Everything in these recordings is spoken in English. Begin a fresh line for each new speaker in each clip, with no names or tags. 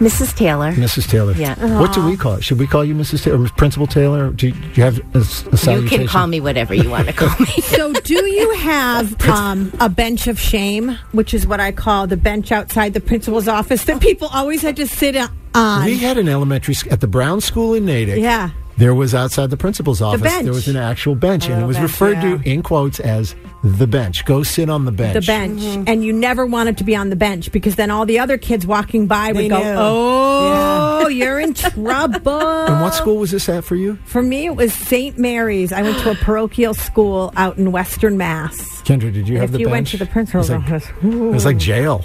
Mrs. Taylor.
Mrs. Taylor?
Yeah.
What do we call it? Should we call you Mrs. Taylor, or Principal Taylor? Do you, do you have a, s- a
You
salutation?
can call me whatever you want to call me.
So, do you have um, a bench of shame, which is what I call the bench outside the principal's office that people always had to sit on?
We had an elementary sc- at the Brown School in Natick.
Yeah.
There was outside the principal's office.
bench.
There was an actual bench, and it
little
was
bench,
referred
yeah.
to in quotes as the bench. Go sit on the bench.
the bench,
Mm-hmm.
and you never wanted to be on the bench because then all the other kids walking by would
They
go,
knew.
"Oh, you're in trouble."
And what school was this at for you,
For me, it was St. Mary's. I went to a parochial school out in Western Mass.
Kendra? Did you have
if
the
you
bench?
went to the principal's
it was like,
office,
It was like jail.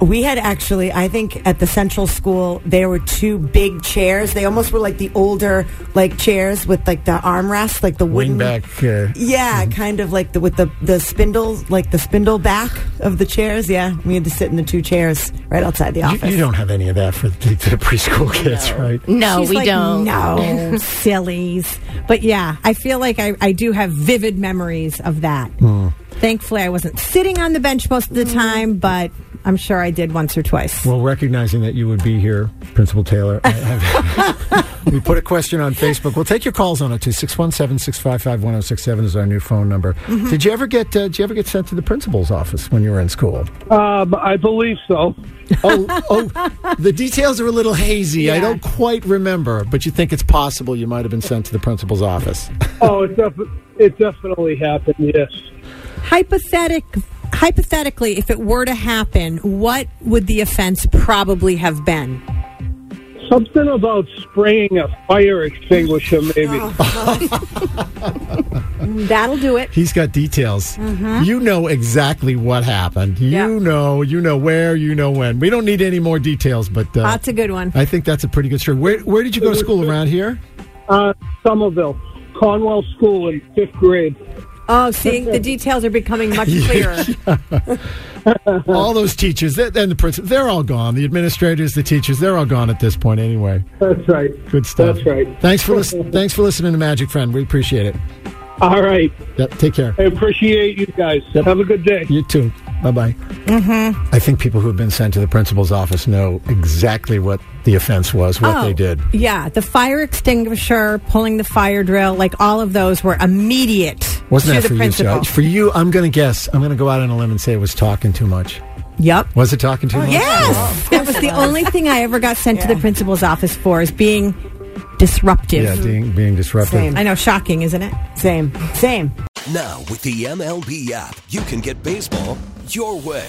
We had actually, I think at the central school, there were two big chairs. They almost were like the older like chairs with like the armrests, like the wooden
Wingback. Uh,
Yeah, kind of like the with the the spindles, like the spindle back of the chairs. Yeah, we had to sit in the two chairs right outside the
you,
office.
you don't have any of that for the, the preschool kids, right?
No, Oh,
She's
we
like,
don't.
No, sillies. But yeah, I feel like I, I do have vivid memories of that.
Hmm.
Thankfully, I wasn't sitting on the bench most of the
Hmm.
time, but I'm sure I did once or twice.
Well, recognizing that you would be here, Principal Taylor, I, I've- we put a question on Facebook. We'll take your calls on it too. 617 655 1067 is our new phone number. Did you ever get uh, Did you ever get sent to the principal's office when you were in school?
Um, I believe so.
Oh, oh, the details are a little hazy. I don't quite remember, but you think it's possible you might have been sent to the principal's office.
Oh, it, defi- it definitely happened, yes.
Hypothetic, hypothetically, if it were to happen, what would the offense probably have been?
Something about spraying a fire extinguisher, maybe.
That'll do it.
He's got details. You know exactly what happened. You
Mm-hmm. Yeah.
know, you know where, you know when. We don't need any more details, but uh,
That's a good one.
I think that's a pretty good story. Where Where did you go to school around here?
Uh, Somerville, Cornwall School in fifth grade.
Oh, see, the details are becoming much clearer.
All those teachers that- and the principal, they're all gone. The administrators, the teachers, they're all gone at this point anyway.
That's right.
Good stuff.
That's right.
Thanks for listening. thanks for listening to Magic Friend. We appreciate it.
All right.
Yep, take care.
I appreciate you guys. Have a good day.
You too. Bye bye. Mm-hmm. I think people who have been sent to the principal's office know exactly what the offense was, what
Oh.
they did.
Yeah, the fire extinguisher, pulling the fire drill, like all of those were immediate
Wasn't
to
that
the
for
principal.
you, Joe? For you, I'm going to guess. I'm going to go out on a limb and say it was talking too much.
Yep.
Was it talking too much?
Oh, Yes, that was the only thing I ever got sent to the principal's office for is being disruptive.
Yeah, being, being disruptive.
Same.
I know, shocking, isn't it?
Same, same.
Now, with the MLB app, you can get baseball your way.